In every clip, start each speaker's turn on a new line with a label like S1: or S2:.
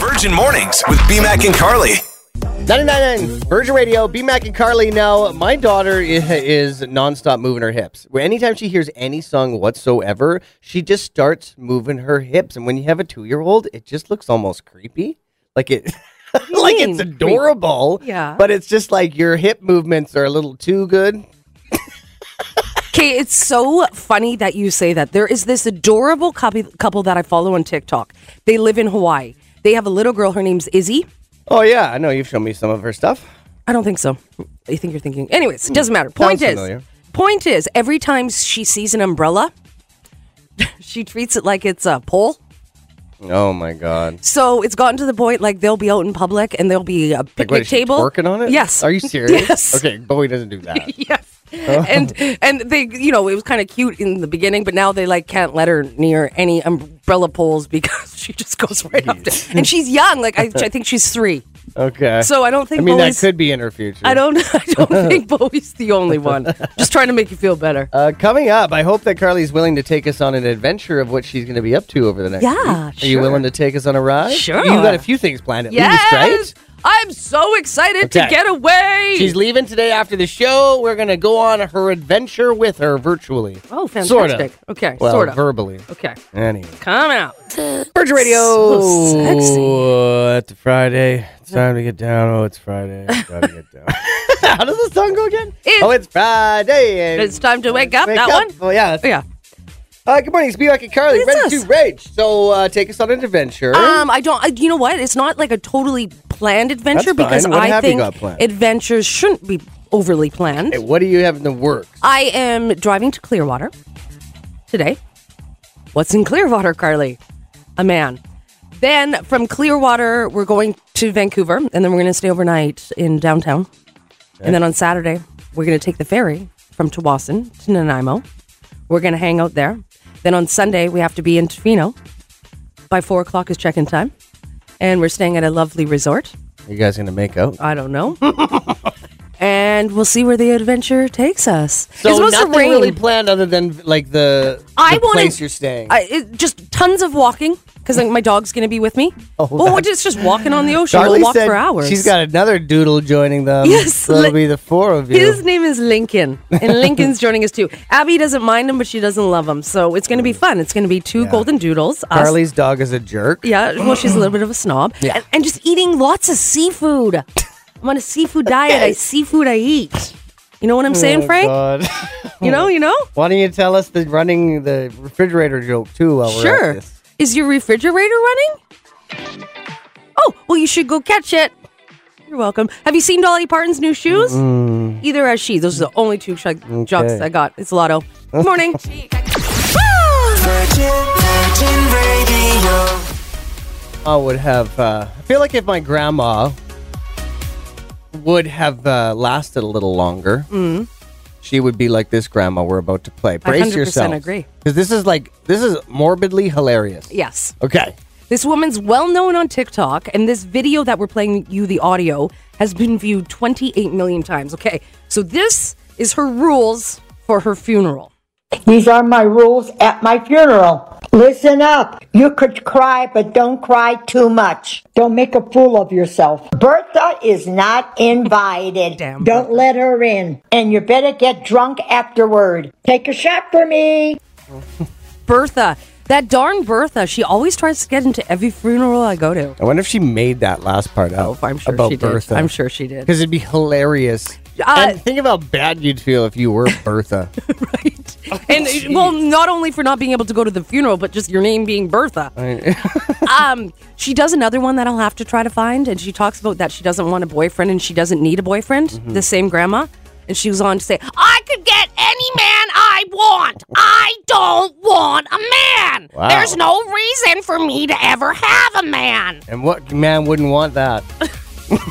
S1: Virgin Mornings with BMAC and Carly.
S2: 99.9 Virgin Radio, B Mac and Carly. Now, my daughter i- is nonstop moving her hips. Anytime she hears any song whatsoever, she just starts moving her hips. And when you have a two-year-old, it just looks almost creepy. Like it,
S3: you
S2: like
S3: mean,
S2: it's adorable.
S3: creepy? Yeah.
S2: But it's just like your hip movements are a little too good.
S3: Okay, it's so funny that you say that. There is this adorable copy, couple that I follow on TikTok. They live in Hawaii. They have a little girl. Her name's Izzy.
S2: Oh yeah, I know you've shown me some of her stuff.
S3: I don't think so. I think you're thinking. Anyways, it doesn't matter. Point is,
S2: Hmm. familiar.
S3: point is, every time she sees an umbrella, she treats it like it's a pole.
S2: Oh my god.
S3: So it's gotten to the point like they'll be out in public and there'll be a picnic
S2: Like, what, is she
S3: table.
S2: working on it?
S3: Yes.
S2: Are you serious?
S3: Yes.
S2: Okay, Bowie doesn't do that.
S3: yes.
S2: Oh.
S3: And and they, you know, it was kind of cute in the beginning, but now they like can't let her near any umbrella poles because she just goes right up to. And she's young, like I, I think she's three.
S2: Okay.
S3: So I don't think
S2: I mean
S3: Bowie's-
S2: that could be in her future.
S3: I don't, I don't think Bowie's the only one. Just trying to make you feel better.
S2: Uh, coming up, I hope that Carly's willing to take us on an adventure of what she's going to be up to over the next
S3: Yeah,
S2: week. Are you
S3: sure.
S2: willing to take us on a ride?
S3: Sure.
S2: You've got a few things planned at
S3: Yes,
S2: least, right?
S3: I'm so excited to
S2: Okay.
S3: get away.
S2: She's leaving today after the show. We're going to go on her adventure with her virtually.
S3: oh, fantastic.
S2: Sort of.
S3: Okay,
S2: Well,
S3: sort of.
S2: verbally.
S3: okay,
S2: Anyway.
S3: come out.
S2: Virgin Radio.
S3: So sexy.
S2: Oh, it's Friday. It's time to get down. Oh, it's Friday. It's time to get down. How does the song go again?
S3: It's-
S2: oh, it's Friday. and
S3: It's time to wake up.
S2: wake
S3: that
S2: up.
S3: one.
S2: Oh, yeah. that's-
S3: Yeah.
S2: Uh, good morning, it's Beewack and Carly,
S3: It's
S2: ready
S3: us.
S2: to rage. So uh, take us on an adventure.
S3: Um, I don't. I, you know what? It's not like a totally planned adventure
S2: That's fine.
S3: because
S2: What
S3: I
S2: have you
S3: think
S2: got planned?
S3: adventures shouldn't be overly planned.
S2: Hey, what do you have in the works?
S3: I am driving to Clearwater today. What's in Clearwater, Carly? A man. Then from Clearwater, we're going to Vancouver, and then we're going to stay overnight in downtown. And then on Saturday, we're going to take the ferry from Tawasin to Nanaimo. We're going to hang out there. Then on Sunday, we have to be in Tofino. By four o'clock is check-in time, and we're staying at a lovely resort.
S2: Are you guys going to make out?
S3: I don't know. and we'll see where the adventure takes us.
S2: So
S3: it's supposed
S2: nothing
S3: to rain.
S2: really planned other than like the,
S3: I
S2: the
S3: wanna-
S2: place you're staying.
S3: I, it, just tons of walking because my dog's going to be with me.
S2: Oh,
S3: well,
S2: that's-
S3: it's just walking on the ocean. we'll walk
S2: said
S3: for hours.
S2: she's got another doodle joining them.
S3: Yes,
S2: so it'll
S3: li-
S2: be the four of you.
S3: His name is Lincoln, and Lincoln's joining us too. Abby doesn't mind him, but she doesn't love him, so it's going to be fun. It's going to be two golden doodles. us-
S2: Carly's dog is a jerk.
S3: yeah. Well, she's a little bit of a snob,
S2: Yeah.
S3: and, and just eating lots of seafood. I'm on a seafood diet. I seafood I eat. You know what I'm saying,
S2: Oh,
S3: Frank?
S2: God.
S3: You know, you know.
S2: Why don't you tell us the running the refrigerator joke too? While we're at
S3: Sure.
S2: this?
S3: Is your refrigerator running? Oh, well, you should go catch it. You're welcome. Have you seen Dolly Parton's new shoes? Either as she. Those are the only two sh- jocks I got. It's Lotto. Good morning.
S2: I would have. Uh, I feel like if my grandma would have uh, lasted a little longer,
S3: Mm-hmm.
S2: she would be like this grandma we're about to play. Brace
S3: 100%
S2: yourself.
S3: agree.
S2: Because this is like this is morbidly hilarious.
S3: yes.
S2: Okay.
S3: This woman's well known on TikTok, and this video that we're playing you the audio has been viewed 28 million times. Okay. So this is her rules for her funeral.
S4: These are my rules at my funeral. Listen up. You could cry, but don't cry too much. Don't make a fool of yourself. Bertha is not invited.
S3: Damn
S4: don't
S3: Bertha.
S4: let her in. And you better get drunk afterward. Take a shot for me.
S3: Bertha. That darn Bertha. She always tries to get into every funeral I go to.
S2: I wonder if she made that last part
S3: Oh,
S2: out.
S3: I'm sure
S2: about
S3: she
S2: Bertha.
S3: did. I'm sure she did.
S2: Because it'd be hilarious.
S3: Uh,
S2: and think of how bad you'd feel if you were Bertha.
S3: right? and well, not only for not being able to go to the funeral, but just your name being Bertha. um, she does another one that I'll have to try to find, and she talks about that she doesn't want a boyfriend and she doesn't need a boyfriend. The same grandma, and she was on to say, "I could get any man I want. I don't want a man.
S2: Wow.
S3: There's no reason for me to ever have a man."
S2: and what man wouldn't want that?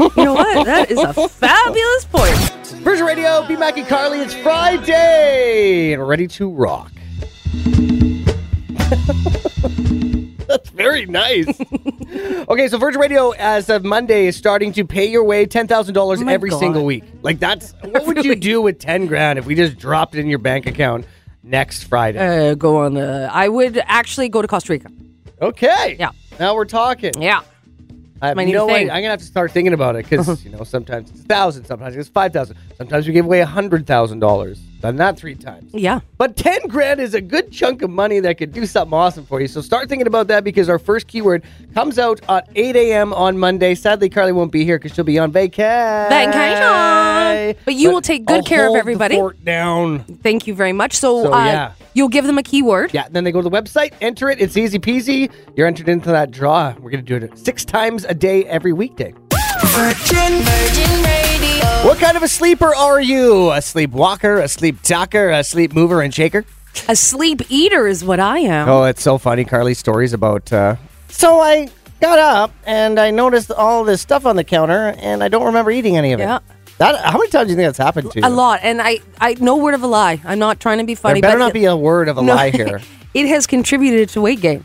S3: You know what? That is a fabulous point.
S2: Virgin Radio, B Mac and Carly, it's Friday. And ready to rock. That's very nice. okay, so Virgin Radio, as of Monday, is starting to pay your way $10,000
S3: Oh my
S2: every
S3: God.
S2: single week. Like, that's what would you do with 10 grand if we just dropped it in your bank account next Friday?
S3: Uh, go on. Uh, I would actually go to Costa Rica.
S2: okay.
S3: yeah.
S2: Now we're talking.
S3: Yeah.
S2: I,
S3: My
S2: you
S3: new
S2: know what?
S3: thing. Uh-huh.
S2: I'm gonna have to start thinking about it because you know sometimes it's thousand, sometimes it's five thousand, sometimes we give away a hundred thousand dollars. Done that three times.
S3: Yeah.
S2: But 10 grand is a good chunk of money that could do something awesome for you. So start thinking about that because our first keyword comes out at 8 a.m. on Monday. Sadly, Carly won't be here because she'll be on vacation.
S3: Vacation. But you will take good
S2: I'll
S3: care of
S2: hold the
S3: everybody.
S2: fort down.
S3: Thank you very much. So,
S2: So,
S3: uh,
S2: yeah.
S3: you'll give them a keyword.
S2: Yeah, then they go to the website, enter it. It's easy peasy. You're entered into that draw. We're going to do it six times a day every weekday. What kind of a sleeper are you? A sleepwalker, a sleep talker, a sleep mover and shaker?
S3: A sleep eater is what I am.
S2: Oh, it's so funny, Carly's stories about. Uh, so I got up and I noticed all this stuff on the counter, and I don't remember eating any of it.
S3: Yeah.
S2: That, how many times do you think that's happened to you?
S3: A lot. And I, I, no word of a lie. I'm not trying to be
S2: There
S3: funny.
S2: better
S3: but
S2: not be a word of a
S3: No.
S2: lie here.
S3: it has contributed to weight gain.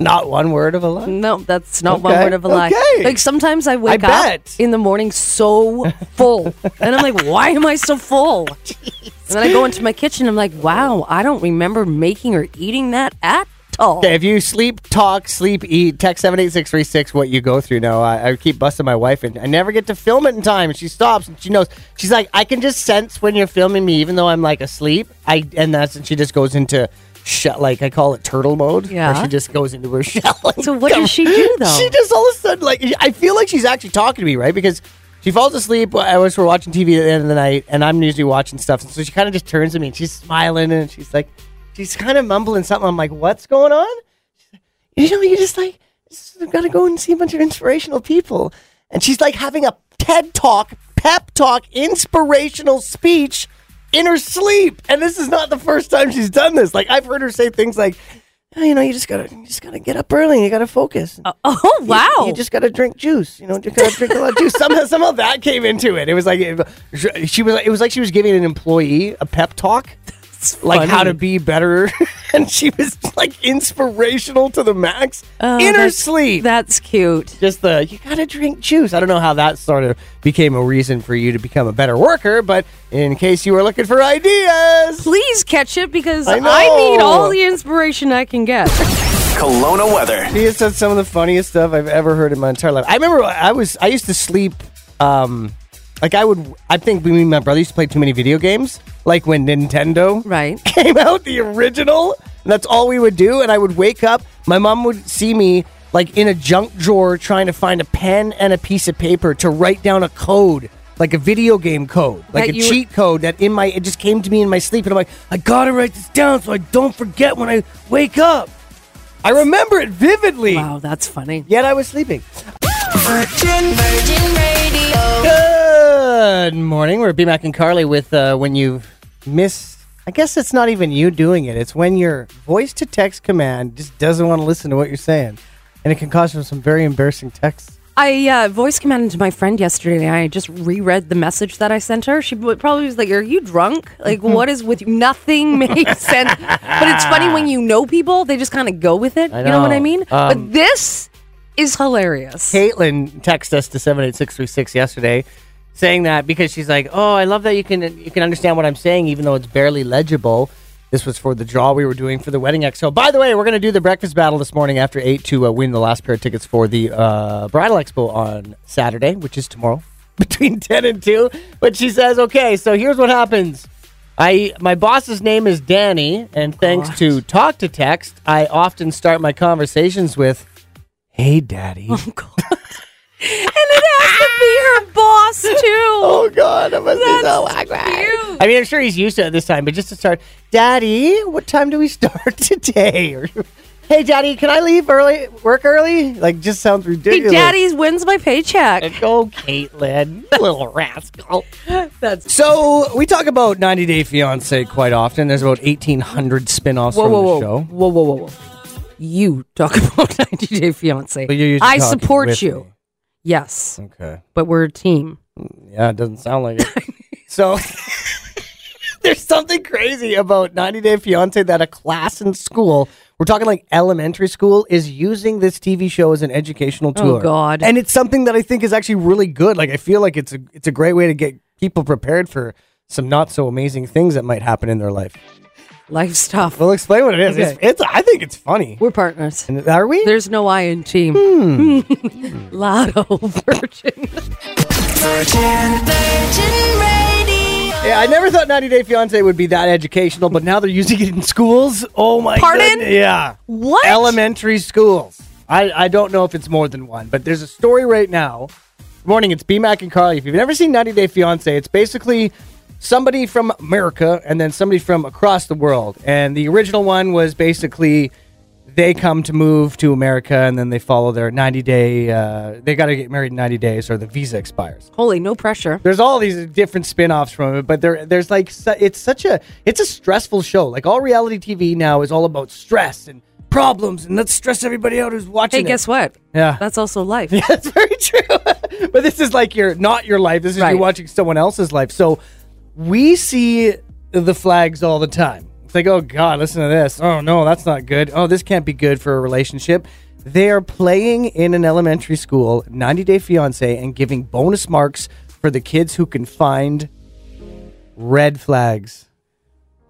S2: Not one word of a lie.
S3: No, that's not one
S2: Okay,
S3: word of a lie.
S2: okay.
S3: Like sometimes I wake up
S2: bet.
S3: in the morning so full, and I'm like, why am I so full? And then I go into my kitchen. I'm like, wow, I don't remember making or eating that at all.
S2: Okay, if you sleep, talk, sleep, eat, text 78636 what you go through. No, I, I keep busting my wife, and I never get to film it in time. She stops and she knows. She's like, I can just sense when you're filming me, even though I'm like asleep. I And that's, and she just goes into. Shut like I call it turtle mode. where
S3: Yeah.
S2: she just goes into her shell. and
S3: So what does she do though?
S2: She just all of a sudden like I feel like she's actually talking to me, right? Because she falls asleep. I was we're watching TV at the end of the night, and I'm usually watching stuff. And so she kind of just turns to me and she's smiling and she's like, she's kind of mumbling something. I'm like, what's going on? She's like, you know, you just like I've got to go and see a bunch of inspirational people, and she's like having a TED talk, pep talk, inspirational speech in her sleep. And this is not the first time she's done this. Like I've heard her say things like. "Oh, You know, you just gotta, you just gotta get up early. and You gotta focus.
S3: oh
S2: You-
S3: wow.
S2: You, just gotta drink juice. You know, you gotta drink a lot of juice. Somehow, somehow that came into it. It was like it- she was. It was like she was giving an employee a pep talk, like how to be better, and she was like inspirational to the max
S3: Oh,
S2: in her
S3: that's-
S2: sleep.
S3: That's cute.
S2: just the you gotta drink juice. I don't know how that sort of became a reason for you to become a better worker, but in case you were looking for ideas,
S3: Please catch it because
S2: I
S3: I,
S2: know.
S3: need all the inspiration I can get.
S1: Kelowna weather.
S2: she has said some of the funniest stuff I've ever heard in my entire life. I remember I was I used to sleep um like I would I think me and my brother used to play too many video games. Like when Nintendo
S3: Right.
S2: came out, the original, and that's all we would do, and I would wake up, my mom would see me like in a junk drawer trying to find a pen and a piece of paper to write down a code. Like a video game code, like
S3: That
S2: a
S3: you-
S2: cheat code that in my it just came to me in my sleep, and I'm like, I gotta write this down so I don't forget when I wake up. I remember it vividly.
S3: Wow, that's funny.
S2: Yet I was sleeping. Good morning. We're BMAC and Carly with uh, when you miss. I guess it's not even you doing it. It's when your voice to text command just doesn't want to listen to what you're saying, and it can cause you some very embarrassing texts.
S3: I uh, voice commanded to my friend yesterday, and I just reread the message that I sent her. She w- probably was like, "Are you drunk? Like,
S2: Mm-hmm.
S3: what is with you?" Nothing makes sense. But it's funny when you know people; they just kind of go with it.
S2: I
S3: You know what I
S2: know.
S3: mean?
S2: Um,
S3: but this is hilarious.
S2: Caitlin texted us to seven eight six three six yesterday, saying that because she's like, "Oh, I love that you can you can understand what I'm saying, even though it's barely legible." This was for the draw we were doing for the wedding expo. By the way, we're going to do the breakfast battle this morning after eight to uh, win the last pair of tickets for the uh, bridal expo on Saturday, which is tomorrow between ten and two. But she says, "Okay, so here's what happens." I my boss's name is Danny, and thanks to talk to text, I often start my conversations with, "Hey, daddy."
S3: Oh, God. and it has to be her boss too.
S2: Oh God, I must be so
S3: That's
S2: awkward.
S3: cute.
S2: I mean, I'm sure he's used to it this time, but just to start, Daddy, what time do we start today? Or, hey, Daddy, can I leave early? Work early? Like, just sounds
S3: Hey,
S2: ridiculous.
S3: Daddy's wins my paycheck.
S2: go, Caitlin, little rascal.
S3: That's
S2: So we talk about 90 Day Fiance quite often. There's about 1,800 spin-offs
S3: whoa,
S2: from
S3: whoa,
S2: the
S3: whoa,
S2: show.
S3: whoa, whoa, whoa, whoa. You talk about 90 Day Fiance.
S2: But you're usually
S3: I
S2: talking
S3: support
S2: with
S3: you. Yes,
S2: me. Okay.
S3: but we're a team.
S2: Yeah, it doesn't sound like it. so there's something crazy about 90 Day Fiance that a class in school, we're talking like elementary school, is using this TV show as an educational
S3: Oh,
S2: tool.
S3: God.
S2: And it's something that I think is actually really good. Like I feel like it's a it's a great way to get people prepared for some not so amazing things that might happen in their life.
S3: Life stuff.
S2: Well, explain what it is.
S3: Okay.
S2: It's, it's. I think it's funny.
S3: We're partners.
S2: Are we?
S3: There's no I in team.
S2: Hmm.
S3: Lotto Virgin.
S2: Yeah, I never thought 90 Day Fiance would be that educational, but now they're using it in schools. Oh my
S3: Pardon?
S2: goodness. Yeah.
S3: What?
S2: Elementary schools. I, I don't know if it's more than one, but there's a story right now. Good morning, it's B Mac and Carly. If you've never seen 90 Day Fiance, it's basically somebody from America and then somebody from across the world. And the original one was basically they come to move to America and then they follow their 90 day, uh, they got to get married in 90 days or the visa expires
S3: Holy, no pressure.
S2: there's all these different spin-offs from it but there there's like su- it's such a it's a stressful show like all reality tv now is all about stress and problems and let's stress everybody out who's watching
S3: Hey, guess what?
S2: Yeah.
S3: That's also life.
S2: that's very true but this is like your not your life this is
S3: Right.
S2: you watching someone else's life so we see the flags all the time it's like oh god listen to this oh no that's not good oh this can't be good for a relationship they are playing in an elementary school 90 day fiance and giving bonus marks for the kids who can find red flags.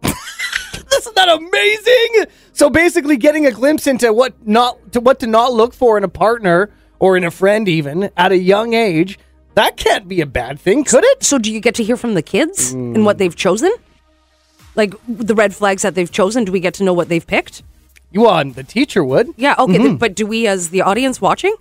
S2: Isn't that amazing? So basically, getting a glimpse into what not to what to not look for in a partner or in a friend, even at a young age, that can't be a bad thing, could it?
S3: So, do you get to hear from the kids and
S2: Hmm.
S3: what they've chosen? Like the red flags that they've chosen, do we get to know what they've picked?
S2: You on the teacher would.
S3: Yeah, okay,
S2: Mm-hmm.
S3: th- but do we as the audience watching?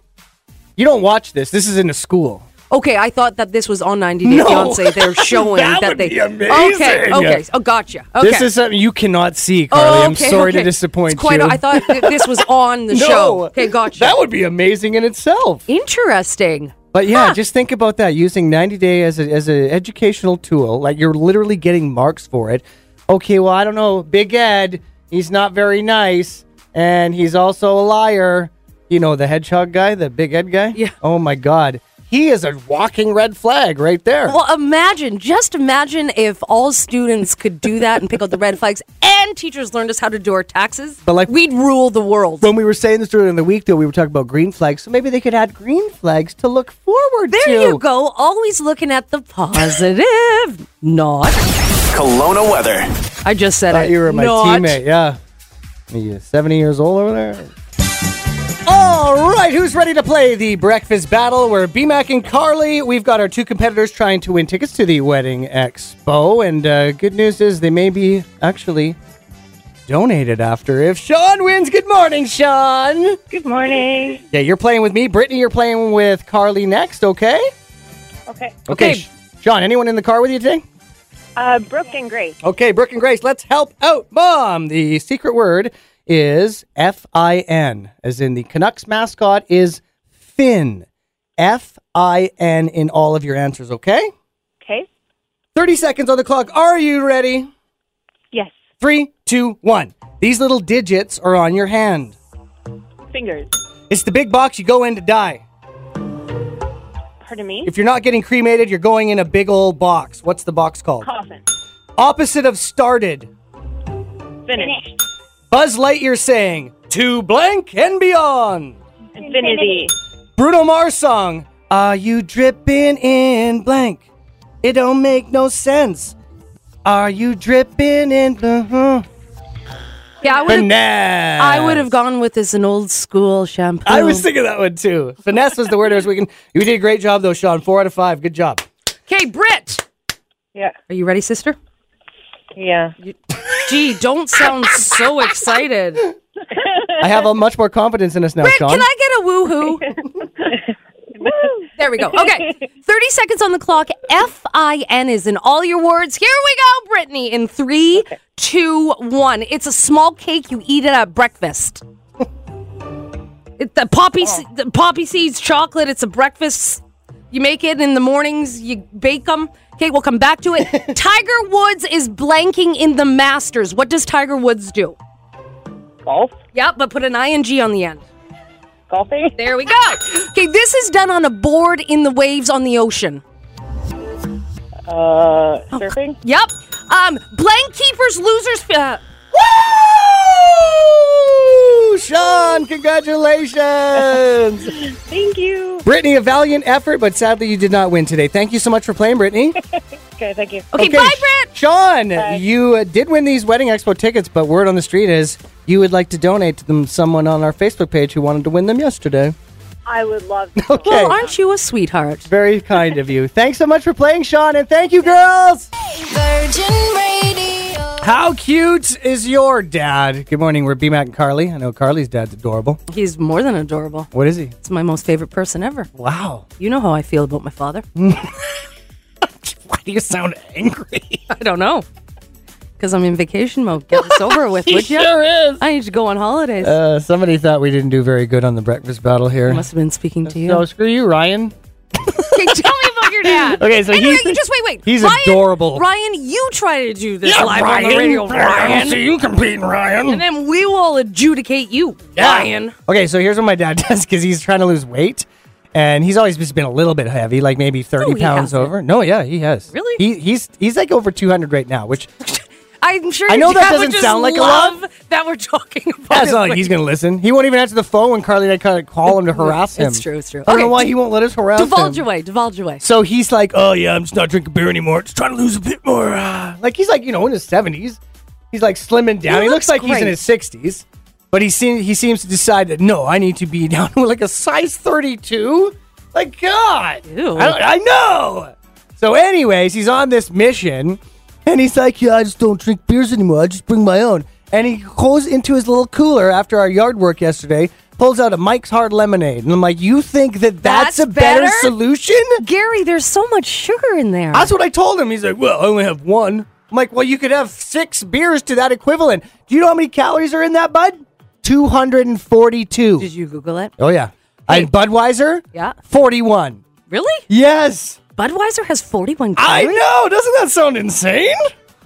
S2: You don't watch this. This is in a school.
S3: Okay, I thought that this was on 90 Day
S2: No.
S3: Fiance. They're showing
S2: That
S3: that,
S2: would
S3: they.
S2: be amazing.
S3: Okay, okay. Oh, gotcha. Okay.
S2: This is something you cannot see, Carly.
S3: Oh,
S2: I'm
S3: okay,
S2: sorry
S3: okay.
S2: to disappoint
S3: It's quite
S2: you.
S3: I thought th- this was on the
S2: no,
S3: show. Okay, gotcha.
S2: That would be amazing in itself.
S3: Interesting.
S2: But yeah, just think about that. Using 90 Day as a, as an educational tool, like you're literally getting marks for it. Okay, well, I don't know. Big Ed, he's not very nice, and he's also a liar. You know, the hedgehog guy, the Big Ed guy?
S3: Yeah.
S2: Oh my God. He is a walking red flag right there.
S3: Well, imagine, just imagine if all students could do that and pick out the red flags and teachers learned us how to do our taxes.
S2: But, like-
S3: we'd rule the world.
S2: when we were saying this during the week, though, we were talking about green flags. So maybe they could add green flags to look forward
S3: There
S2: to.
S3: you go. Always looking at the positive. Not.
S1: Kelowna weather.
S3: I just said
S2: Thought
S3: it.
S2: you were my
S3: Not.
S2: teammate. Yeah. Are you 70 years old over there? All right, who's ready to play the breakfast battle? We're BMAC and Carly. We've got our two competitors trying to win tickets to the Wedding Expo. And uh, good news is they may be actually donated after if Sean wins. Good morning, Sean.
S5: Good morning.
S2: Yeah, you're playing with me. Brittany, you're playing with Carly next, okay?
S5: Okay.
S3: Okay.
S2: Sh- Sean, anyone in the car with you today?
S5: Uh, Brooke and Grace.
S2: Okay, Brooke and Grace, let's help out mom. The secret word is F I N, as in the Canucks mascot is Finn. F I N in all of your answers, okay?
S5: Okay.
S2: 30 seconds on the clock. Are you ready?
S5: Yes.
S2: Three, two, one. These little digits are on your hand.
S5: Fingers.
S2: It's the big box you go in to die.
S5: Pardon me.
S2: If you're not getting cremated, you're going in a big old box. What's the box called?
S5: Coffin.
S2: Opposite of started.
S5: Finished.
S2: Buzz Lightyear saying, to blank and beyond.
S5: Infinity.
S2: Bruno Mars song. Are you dripping in blank? It don't make no sense. Are you dripping in uh-huh. blank?
S3: Yeah, I would have.
S2: Finesse.
S3: I would have gone with this an old school shampoo.
S2: I was thinking that one too. Finesse was the word I was thinking. You did a great job though, Sean. Four out of five. Good job.
S3: Okay, Britt.
S5: Yeah.
S3: Are you ready, sister?
S5: Yeah.
S3: Gee, don't sound so excited. Britt,
S2: I have a much more confidence in us now, Sean.
S3: can I get a woohoo? there we go. Okay. 30 seconds on the clock. F I N is in all your words. Here we go, Brittany, in three, two, one. It's a small cake. You eat it at breakfast. It, the poppy, se- the poppy seeds, chocolate. It's a breakfast. You make it in the mornings. You bake them. Okay, we'll come back to it. Tiger Woods is blanking in the Masters. What does Tiger Woods do?
S5: Golf.
S3: Yep, but put an ing on the end.
S5: Golfing.
S3: There we go. Okay, this is done on a board in the waves on the ocean.
S5: Uh, surfing.
S3: Yep. Um, blank keepers, losers. Uh,
S2: Woo! Sean, congratulations.
S5: Thank you.
S2: Brittany, a valiant effort, but sadly you did not win today. Thank you so much for playing, Brittany.
S5: Okay, thank you.
S3: Okay, bye, Brett.
S2: Sean, you uh, did win these Wedding Expo tickets, but word on the street is you would like to donate to them someone on our Facebook page who wanted to win them yesterday.
S5: I would love to.
S2: Okay.
S3: Well, Oh, aren't you a sweetheart?
S2: Very kind of you. Thanks so much for playing, Sean, and thank you, girls.
S6: Virgin Radio.
S2: How cute is your dad? Good morning. We're BMAC and Carly. I know Carly's dad's adorable.
S3: He's more than adorable.
S2: What is he?
S3: It's my most favorite person ever.
S2: Wow.
S3: You know how I feel about my father.
S2: Why do you sound angry?
S3: I don't know. Because I'm in vacation mode. Get this over with, would you?
S2: is.
S3: I need to go on holidays.
S2: Uh, somebody thought we didn't do very good on the breakfast battle here.
S3: Must have been speaking to you.
S2: No, screw you, Ryan.
S3: Okay, tell me about your dad.
S2: Okay, so
S3: anyway,
S2: he's-
S3: you just wait, wait.
S2: he's
S3: Ryan,
S2: adorable.
S3: Ryan, you try to do this live on the radio,
S2: Ryan.
S3: Ryan,
S2: So you competing, Ryan.
S3: and then we will adjudicate you, Ryan.
S2: Okay, so here's what my dad does because he's trying to lose weight, and he's always just been a little bit heavy, like maybe thirty
S3: No, he
S2: pounds
S3: hasn't.
S2: over. No, yeah, he has.
S3: Really?
S2: He, he's he's like over two hundred right now, which
S3: I'm sure.
S2: I know
S3: your
S2: that
S3: dad
S2: doesn't
S3: would just
S2: sound like a
S3: love that we're talking about.
S2: that's
S3: his
S2: not like
S3: weight.
S2: he's gonna listen. He won't even answer the phone when Carly and I kind of call him to harass him.
S3: It's true, it's true.
S2: I don't know
S3: Okay,
S2: why
S3: d-
S2: he won't let us harass him.
S3: Divulge your way. Divulge your way.
S2: So he's like, oh yeah, I'm just not drinking beer anymore. Just trying to lose a bit more. Uh. Like he's like, you know, in his seventies, he's like slimming down. He,
S3: He
S2: looks,
S3: looks
S2: like he's in
S3: great.
S2: his sixties, but he seems he seems to decide that no, I need to be down to like a size thirty-two. Like God,
S3: Ew.
S2: I, don't- I know. So, anyways, he's on this mission, and he's like, yeah, I just don't drink beers anymore. I just bring my own. And he goes into his little cooler after our yard work yesterday. Pulls out a Mike's Hard Lemonade, and I'm like, "You think that that's,
S3: That's
S2: a better,
S3: better?
S2: solution?
S3: Gary, there's so much sugar in there.
S2: That's what I told him. He's like, well, I only have one. I'm like, well, you could have six beers to that equivalent. Do you know how many calories are in that, bud? 242.
S3: Did you Google it?
S2: oh, yeah. And Budweiser?
S3: Yeah.
S2: 41.
S3: Really?
S2: Yes.
S3: Budweiser has 41
S2: I
S3: calories.
S2: know. Doesn't that sound insane?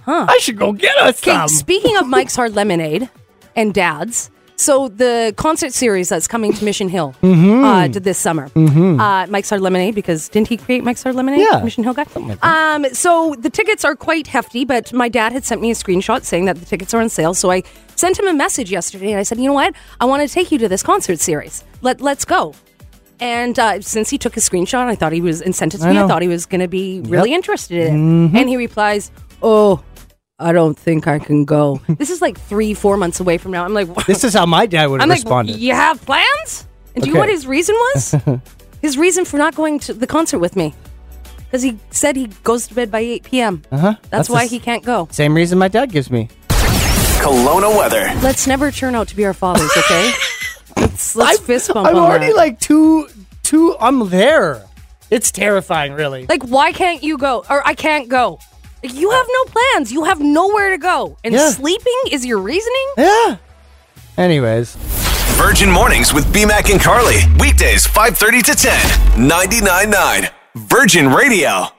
S2: Huh. I should go get us
S3: Okay,
S2: some.
S3: speaking of Mike's Hard Lemonade and dads, so the concert series that's coming to Mission Hill uh,
S2: Mm-hmm.
S3: to this summer, uh, Mike's Hard Lemonade, because didn't he create Mike's Hard Lemonade?
S2: Yeah.
S3: Mission Hill guy. Um, so the tickets are quite hefty, but my dad had sent me a screenshot saying that the tickets are on sale. So I sent him a message yesterday and I said, you know what? I want to take you to this concert series. Let, let's go. And uh, since he took a screenshot, I thought he was and sent it to me. I
S2: know. Mm-hmm.
S3: thought he was going to be really interested in it. And he replies, "Oh, I don't think I can go." this is like three, four months away from now. I'm like, "What?"
S2: this is how my dad would have
S3: I'm
S2: responded.
S3: like, "You have plans?" And do
S2: Okay.
S3: you know what his reason was? his reason for not going to the concert with me because he said he goes to bed by 8 p.m. Uh-huh. That's,
S2: That's
S3: why
S2: his-
S3: he can't go.
S2: Same reason my dad gives me.
S1: Kelowna weather.
S3: Let's never turn out to be our fathers, okay? let's let's fist bump.
S2: I'm
S3: on
S2: already
S3: that.
S2: like two, two, I'm there. It's terrifying, really.
S3: Like, why can't you go? Or I can't go. Like, you have no plans. You have nowhere to go. And
S2: Yeah.
S3: sleeping is your reasoning?
S2: yeah. Anyways.
S1: Virgin Mornings with BMAC and Carly. Weekdays 5:30 to 10. 99.9 Virgin Radio.